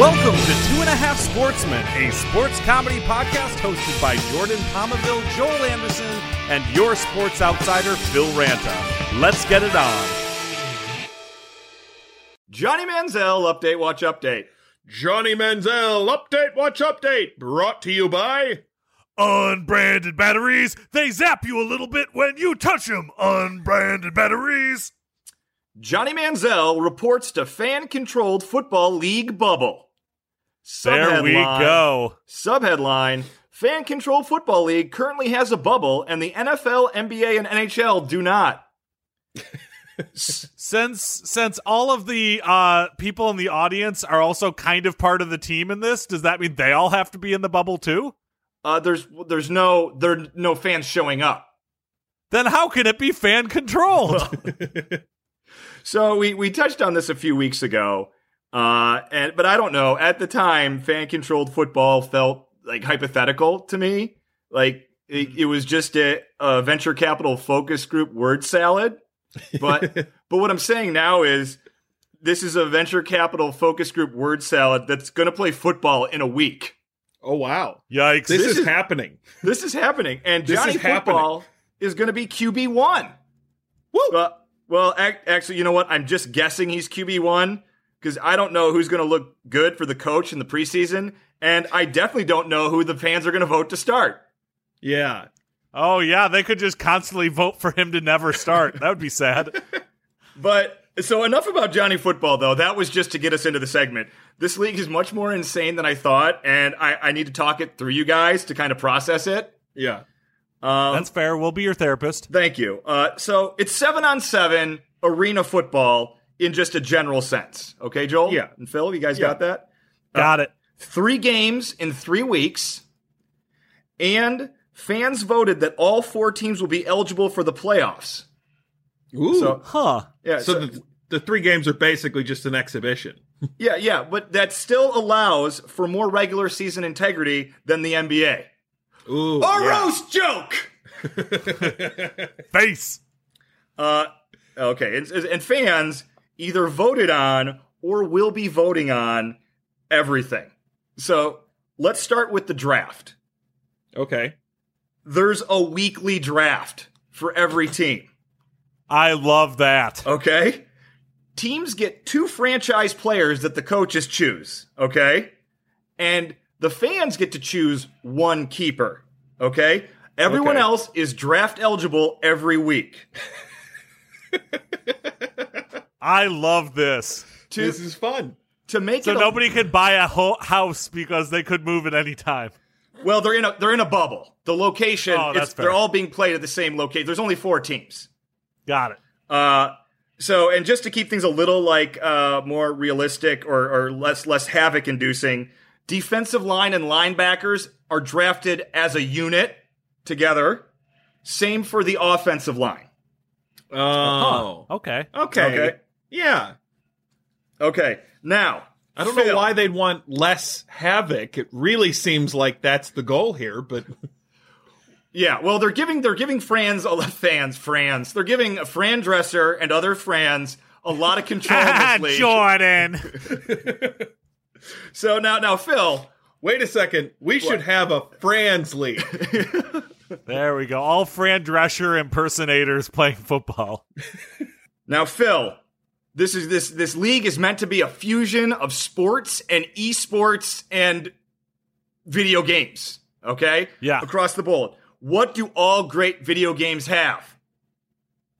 Welcome to Two and a Half Sportsmen, a sports comedy podcast hosted by Jordan Palmaville, Joel Anderson, and your sports outsider, Phil Ranta. Let's get it on. Johnny Manziel update. Watch update. Johnny Manziel update watch update brought to you by Unbranded batteries, they zap you a little bit when you touch them. Unbranded batteries. Johnny Manziel reports to fan-controlled football league bubble. There we Subheadline- go. Subheadline: Fan-controlled football league currently has a bubble, and the NFL, NBA, and NHL do not. Since since all of the uh, people in the audience are also kind of part of the team in this, does that mean they all have to be in the bubble too? Uh, there's there's no there are no fans showing up. Then how can it be fan controlled? So we we touched on this a few weeks ago, uh, and but I don't know. At the time, fan controlled football felt like hypothetical to me. Like it, it was just a, a venture capital focus group word salad. But but what I'm saying now is this is a venture capital focus group word salad that's going to play football in a week. Oh wow. Yikes! This, This is, is- happening. This is happening, and This Johnny is happening. Football is going to be QB one. Woo! Well, well, ac- actually, you know what? I'm just guessing he's QB one because I don't know who's going to look good for the coach in the preseason, and I definitely don't know who the fans are going to vote to start. yeah. oh yeah, they could just constantly vote for him to never start. That would be sad. But so enough about Johnny Football, though. That was just to get us into the segment. This league is much more insane than I thought, and I, I need to talk it through you guys to kind of process it. Yeah. Um, That's fair. We'll be your therapist. Thank you. Uh, so it's seven on seven arena football in just a general sense. Okay, Joel? Yeah. And Phil, you guys Yeah. got that? uh, Got it. Three games in three weeks. And fans voted that all four teams will be eligible for the playoffs. Ooh. So, So, Huh. yeah, so- the, the three games are basically just an exhibition. yeah, yeah, but that still allows for more regular season integrity than the NBA. Ooh. A yeah. roast joke. Face. Uh, okay, and, and fans either voted on or will be voting on everything. So let's start with the draft. Okay. There's a weekly draft for every team. I love that. Uh, Okay, teams get two franchise players that the coaches choose. Okay, and the fans get to choose one keeper. Okay, everyone Okay. else is draft eligible every week. I love this. To This is fun. to make So it a- nobody could buy a ho- house because they could move at any time. Well, they're in a they're in a bubble. The location Oh, it's, that's fair. they're all being played at the same location. There's only four teams. Got it. Uh, so and just to keep things a little like uh, more realistic or, or less less havoc inducing, defensive line and linebackers are drafted as a unit together. Same for the offensive line. Oh. Okay. Okay. Okay. Yeah. Okay. Now I don't know Phil. why they'd want less havoc. It really seems like that's the goal here, but Yeah, well, they're giving they're giving Franz a lot fans Franz. They're giving Fran Dresser and other Franz a lot of control. in this Ah, league. Jordan. So now now Phil, wait a second. We should have a Franz league. there we go. All Fran Drescher impersonators playing football. Now, Phil, this is this this league is meant to be a fusion of sports and esports and video games. Okay, Yeah. across the board. What do all great video games have?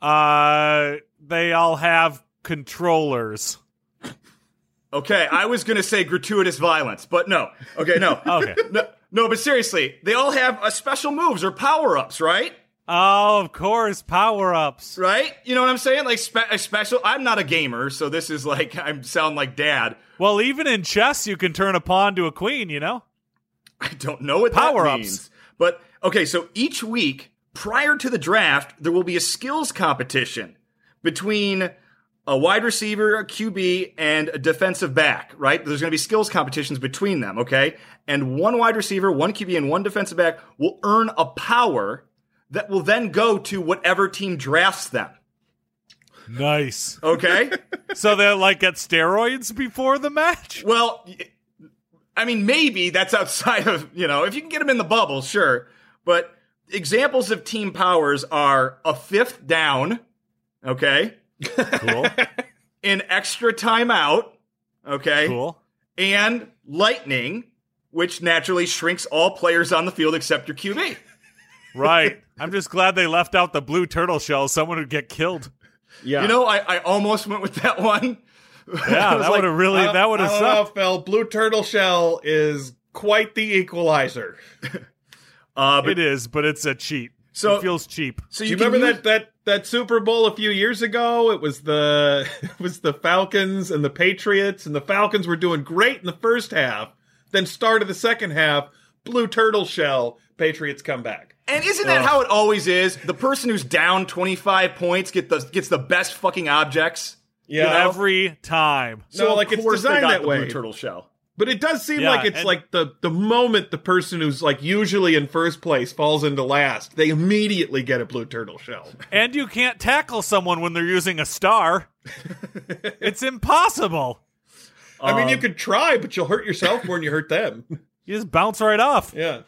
Uh, they all have controllers. Okay, I was gonna say gratuitous violence, but no. Okay, no. Okay. No, no, but seriously, they all have uh, special moves or power ups, right? Oh, of course, power ups. Right? You know what I'm saying? Like spe- a special. I'm not a gamer, so this is like I sound like dad. Well, even in chess, you can turn a pawn to a queen. You know. I don't know what that Power-ups. means. But okay, so each week prior to the draft, there will be a skills competition between a wide receiver, a QB, and a defensive back, right? There's going to be skills competitions between them, okay? And one wide receiver, one QB, and one defensive back will earn a power that will then go to whatever team drafts them, Nice. okay? so they like get steroids before the match. well, y- I mean, maybe that's outside of, you know, if you can get them in the bubble, sure. But examples of team powers are a fifth down, okay, Cool. an extra timeout, okay, cool. and lightning, which naturally shrinks all players on the field except your QB. Right. I'm just glad they left out the blue turtle shell. Someone would get killed. Yeah. You know, I, I almost went with that one. Yeah, that was like, would have really. I- That would have I don't know, sucked. Phil. Blue turtle shell is quite the equalizer. Uh, but It is, but it's a cheat. So- it feels cheap. so Do you, you can remember use- that that that Super Bowl a few years ago? It was the it was the Falcons and the Patriots, and the Falcons were doing great in the first half. Then start of the second half, blue turtle shell. Patriots come back. And isn't Oh. that how it always is? The person who's down 25 points get the gets the best fucking objects. Yeah, Every time. so of like it's course they designed got that the way. Blue turtle shell. But it does seem Yeah, like it's and- like the the moment the person who's like usually in first place falls into last, they immediately get a blue turtle shell. And you can't tackle someone when they're using a star. it's impossible. I mean, you Um, could try, but you'll hurt yourself more than you hurt them. You just bounce right off. Yeah.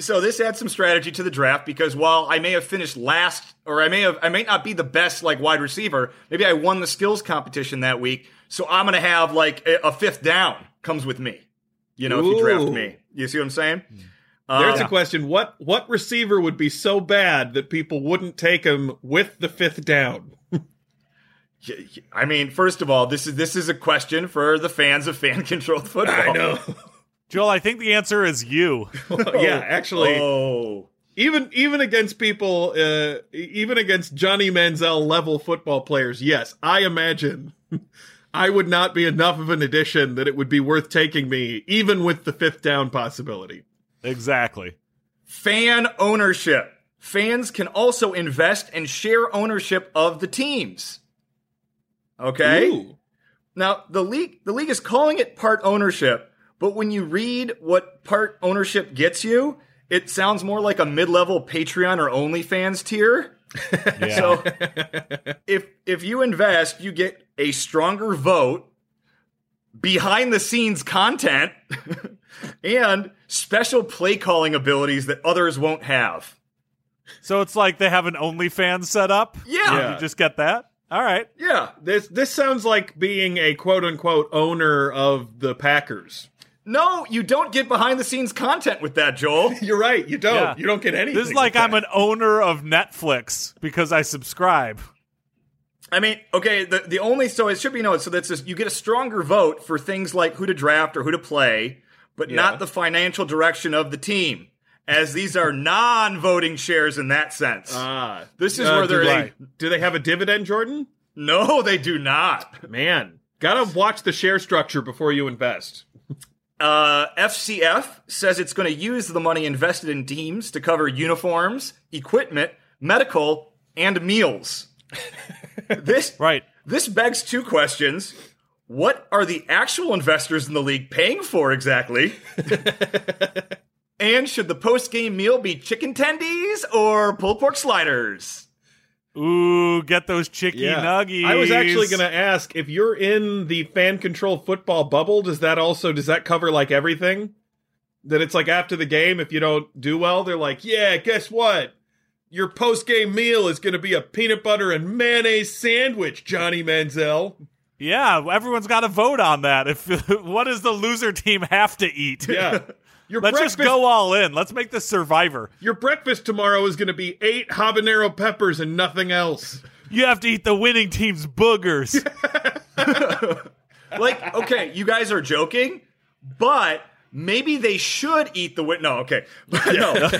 So this adds some strategy to the draft because while I may have finished last, or I may have, I may not be the best like wide receiver. Maybe I won the skills competition that week, so I'm gonna have like a, a fifth down comes with me. You know, if you draft Ooh. me, you see what I'm saying? There's Um, a question. What what receiver would be so bad that people wouldn't take him with the fifth down? y- y- I mean, first of all, this is this is a question for the fans of fan controlled football. Oh. Joel, I think the answer is you. yeah, actually, Oh. even even against people, uh, even against Johnny Manziel level football players, yes, I imagine I would not be enough of an addition that it would be worth taking me, even with the fifth down possibility. exactly. fan ownership. Fans can also invest and share ownership of the teams. Okay? Ooh. Now, the league the league is calling it part ownership, but when you read what part ownership gets you, it sounds more like a mid-level Patreon or OnlyFans Yeah. tier. So if if you invest, you get a stronger vote, behind the scenes content, and special play calling abilities that others won't have. So it's like they have an OnlyFans set up. Yeah. You just get that. All right. Yeah. This this sounds like being a quote unquote owner of the Packers. No, you don't get behind the scenes content with that, Joel. You're right. You don't. Yeah. You don't get anything. This is like with I'm that. an owner of Netflix because I subscribe. I mean, okay, the, the only so it should be noted so that's just, you get a stronger vote for things like who to draft or who to play, but not the financial direction of the team, as these are non-voting shares in that sense. Ah, This is uh, where do they're they, do they have a dividend, Jordan? no, they do not. Man, gotta watch the share structure before you invest. Uh, FCF says it's going to use the money invested in teams to cover uniforms, equipment, medical, and meals. this Right. This begs two questions. What are the actual investors in the league paying for exactly? and should the post game meal be chicken tendies or pulled pork sliders? Ooh, get those chicky nuggies. I was actually gonna ask if you're in the fan control football bubble. Does that also does that cover like everything? That it's like after the game, if you don't do well, they're like, yeah, guess what? Your post game meal is gonna be a peanut butter and mayonnaise sandwich, Johnny Manziel. Yeah, everyone's got to vote on that. If what does the loser team have to eat? Yeah. Your Let's breakfast just go all in. Let's make this Survivor. Your breakfast tomorrow is going to be eight habanero peppers and nothing else. You have to eat the winning team's boogers. Like, okay, you guys are joking, but maybe they should eat the wit. No, okay. no.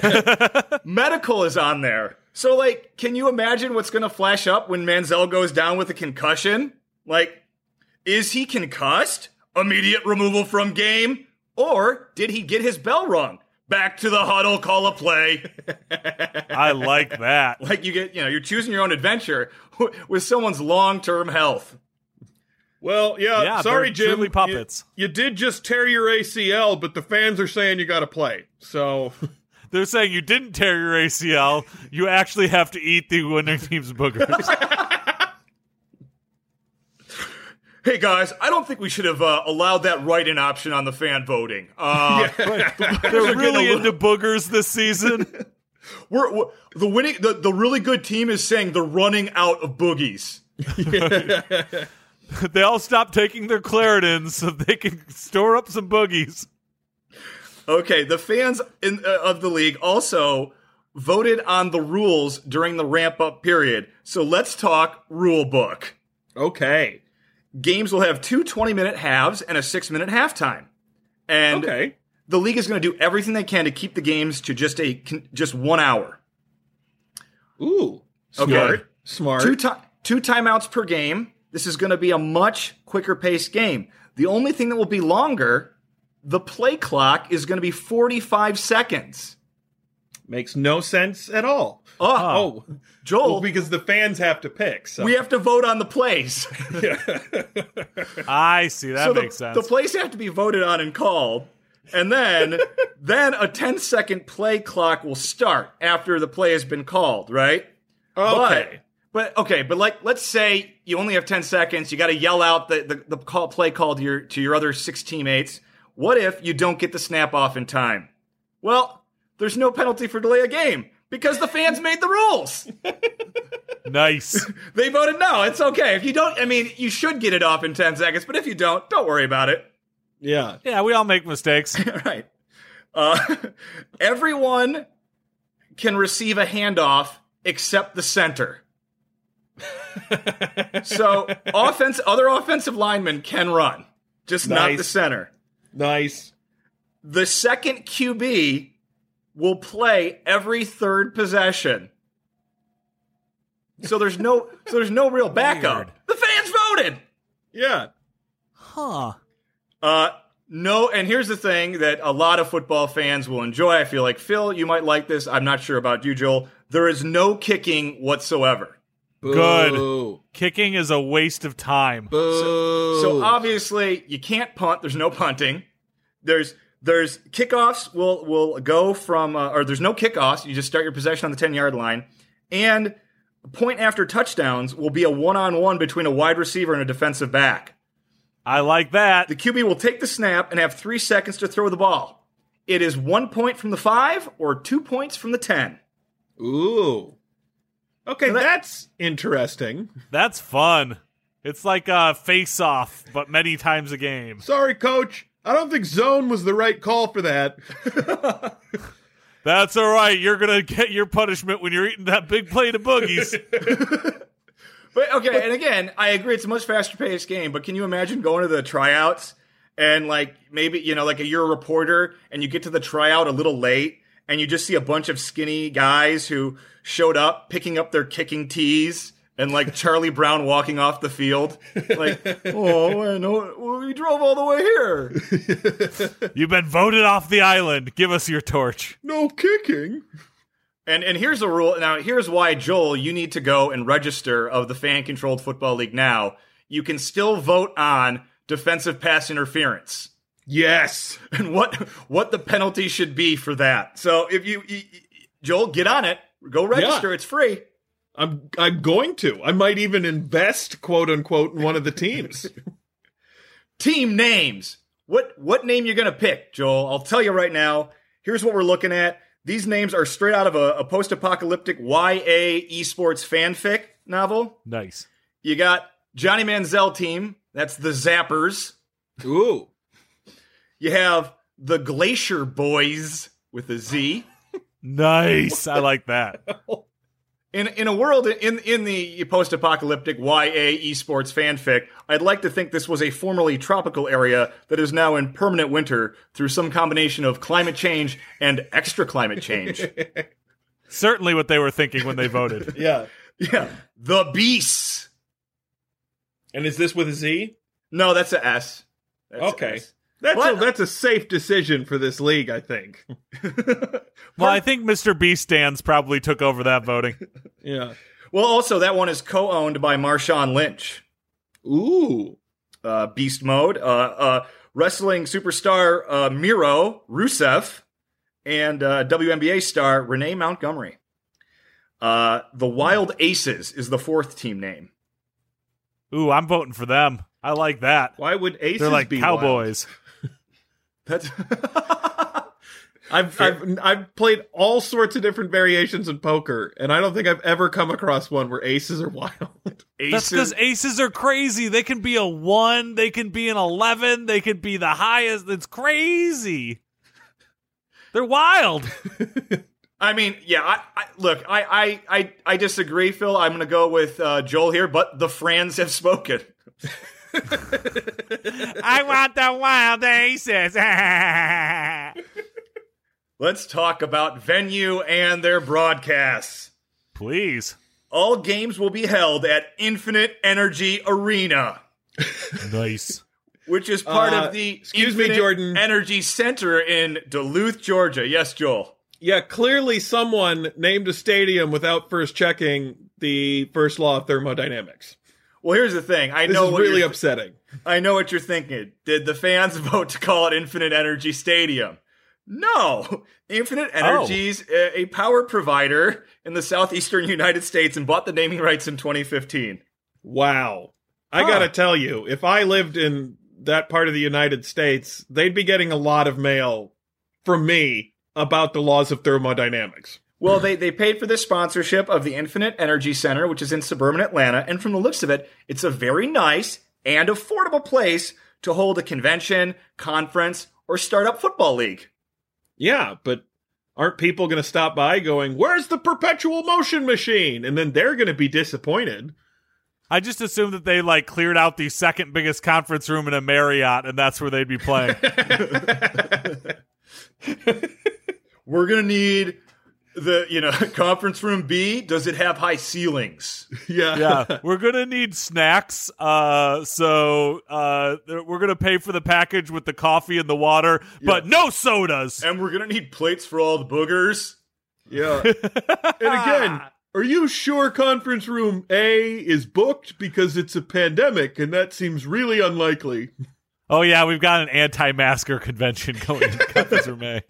Medical is on there. So, like, can you imagine what's going to flash up when Manziel goes down with a concussion? Like, is he concussed? Immediate removal from game? Or did he get his bell rung? Back to the huddle, call a play. I like that. Like, you get, you know, you're choosing your own adventure with someone's long term health. Well, yeah, Yeah, sorry, they're Jim. truly you- puppets. You, did just tear your ACL, but the fans are saying you got to play. So, They're saying you didn't tear your ACL. You actually have to eat the winning team's boogers. hey guys, I don't think we should have uh, allowed that write-in option on the fan voting. Uh, They're really into boogers this season. we're, we're- the winning, the, the really good team is saying they're running out of boogies. they all stop taking their Claritin so they can store up some boogies. Okay, the fans in, uh, of the league also voted on the rules during the ramp-up period. So let's talk rule book. Okay. Games will have two 20-minute halves and a six-minute halftime. And Okay. the league is going to do everything they can to keep the games to just a con- just one hour. Ooh. Okay. Smart. Smart. Two ti- two timeouts per game. This is going to be a much quicker paced game. The only thing that will be longer, the play clock is going to be 45 seconds. Makes no sense at all. Oh, Oh, Joel, well, we, because the fans have to pick. So have to vote on the plays. I see. That so the, makes sense. the plays have to be voted on and called. And then then a 10 second play clock will start after the play has been called, right? okay. But, but okay, but like let's say you only have ten seconds, you gotta yell out the, the, the call play call to your to your other six teammates. What if you don't get the snap off in time? Well, there's no penalty for delay a game because the fans made the rules. nice. They voted no, it's okay. If you don't I mean you should get it off in ten seconds, but if you don't, don't worry about it. Yeah. Yeah, we all make mistakes. All right. Uh, everyone can receive a handoff except the center. so offense, other offensive linemen can run, just not Nice. the center. Nice. The second QB will play every third possession. So there's no, so there's no real backup. Weird. The fans voted. Yeah. Huh. Uh, no, and here's the thing that a lot of football fans will enjoy. I feel like Phil, you might like this. I'm not sure about you, Joel. There is no kicking whatsoever. Good. Boo. Kicking is a waste of time. Boo. So uh, obviously, you can't punt. There's no punting. There's there's kickoffs will will go from uh, or there's no kickoffs. You just start your possession on the 10 yard line, and point after touchdowns will be a one on one between a wide receiver and a defensive back. I like that. The QB will take the snap and have three seconds to throw the ball. It is one point from the five or two points from the ten. Ooh. Okay, So that- that's interesting. That's fun. It's like a face off, but many times a game. Sorry, coach. I don't think zone was the right call for that. That's all right. You're going to get your punishment when you're eating that big plate of boogies. But okay, and again, I agree it's a much faster paced game, but can you imagine going to the tryouts and like maybe, you know, like you're a reporter and you get to the tryout a little late and you just see a bunch of skinny guys who showed up picking up their kicking tees and like Charlie Brown walking off the field. Like, oh, I know we drove all the way here. You've been voted off the island. Give us your torch. No kicking. And and here's a rule. Now here's why, Joel, you need to go and register of the fan controlled football league now. You can still vote on defensive pass interference Yes. and what what the penalty should be for that. So if you, you you- Joel, get on it. Go register. It's free. I'm I'm going to. I might even invest, quote unquote, in one of the teams. Team names. What what name you're gonna pick, Joel? I'll tell you right now. Here's what we're looking at. These names are straight out of a, a post-apocalyptic YA esports fanfic novel. Nice. You got Johnny Manziel team. That's the Zappers. Ooh. You have the Glacier Boys with a Z. Nice. I like that. In in a world in in the post-apocalyptic YA esports fanfic, I'd like to think this was a formerly tropical area that is now in permanent winter through some combination of climate change and extra climate change. Certainly what they were thinking when they voted. Yeah. yeah, the Beasts. And is this with a Z? No, that's a S. That's a Okay. S. That's a, What? that's a safe decision for this league, I think. Well, I think Mr. B stands probably took over that voting. Yeah. Well, also that one is co-owned by Marshawn Lynch. Ooh. uh, Beast Mode, uh, uh, wrestling superstar uh, Miro Rusev, and uh, WNBA star Renee Montgomery. Uh, the Wild Aces is the fourth team name. Ooh, I'm voting for them. I like that. Why would aces They're like be cowboys. wild? That's I've, I've I've played all sorts of different variations in poker, and I don't think I've ever come across one where aces are wild. That's because aces are crazy. They can be a one, they can be an eleven, they could be the highest. It's crazy. They're wild. I mean, yeah. I, I look. I, I I I disagree, Phil. I'm going to go with uh, Joel here, but the Franz have spoken. I want the wild aces. Let's talk about venue and their broadcasts. Please. All games will be held at Infinite Energy Arena, Nice. which is part Uh, of the excuse me, Infinite Jordan. Energy Center in Duluth, Georgia. Yes, Joel. yeah, clearly someone named a stadium without first checking the first law of thermodynamics. Well, here's the thing. I This know is what really you're- upsetting. I know what you're thinking. Did the fans vote to call it Infinite Energy Stadium? No. Infinite Oh. Energy's a, a power provider in the southeastern United States and bought the naming rights in 2015. Wow. I Huh. gotta tell you, if I lived in that part of the United States, they'd be getting a lot of mail from me about the laws of thermodynamics. Well, they, they paid for this sponsorship of the Infinite Energy Center, which is in suburban Atlanta. And from the looks of it, it's a very nice and affordable place to hold a convention, conference, or startup football league. Yeah, but aren't people gonna stop by going, Where's the perpetual motion machine? And then they're gonna be disappointed. I just assumed that they like cleared out the second biggest conference room in a Marriott and that's where they'd be playing. We're going to need the, you know, conference room B. Does it have high ceilings? yeah. yeah, we're gonna need snacks. Uh, so uh, th- we're gonna pay for the package with the coffee and the water, but no sodas. And we're going to need plates for all the boogers. Yeah. and again, are you sure conference room A is booked because it's a pandemic and that seems really unlikely? Oh yeah, we've got an anti-masker convention going in Conference Room A.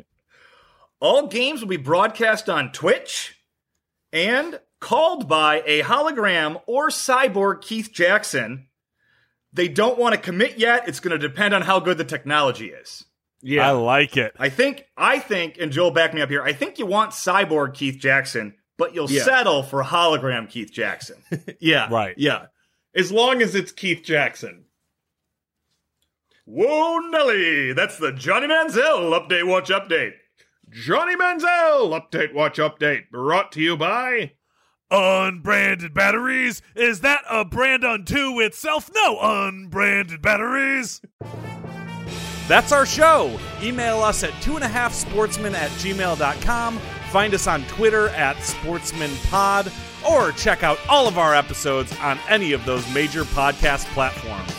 All games will be broadcast on Twitch and called by a hologram or cyborg Keith Jackson. They don't want to commit yet. It's going to depend on how good the technology is. I like it. I think, I think, and Joel, back me up here. I think you want cyborg Keith Jackson, but you'll Yeah. settle for hologram Keith Jackson. Yeah. Right. Yeah. As long as it's Keith Jackson. Whoa, Nelly! That's the Johnny Manziel update. Watch update. Johnny Manziel, update, watch, update, brought to you by. Unbranded batteries? Is that a brand unto itself? No, unbranded batteries. That's our show. Email us at two and a half sportsmen at gmail.com. Find us on Twitter at sportsmanpod or check out all of our episodes on any of those major podcast platforms.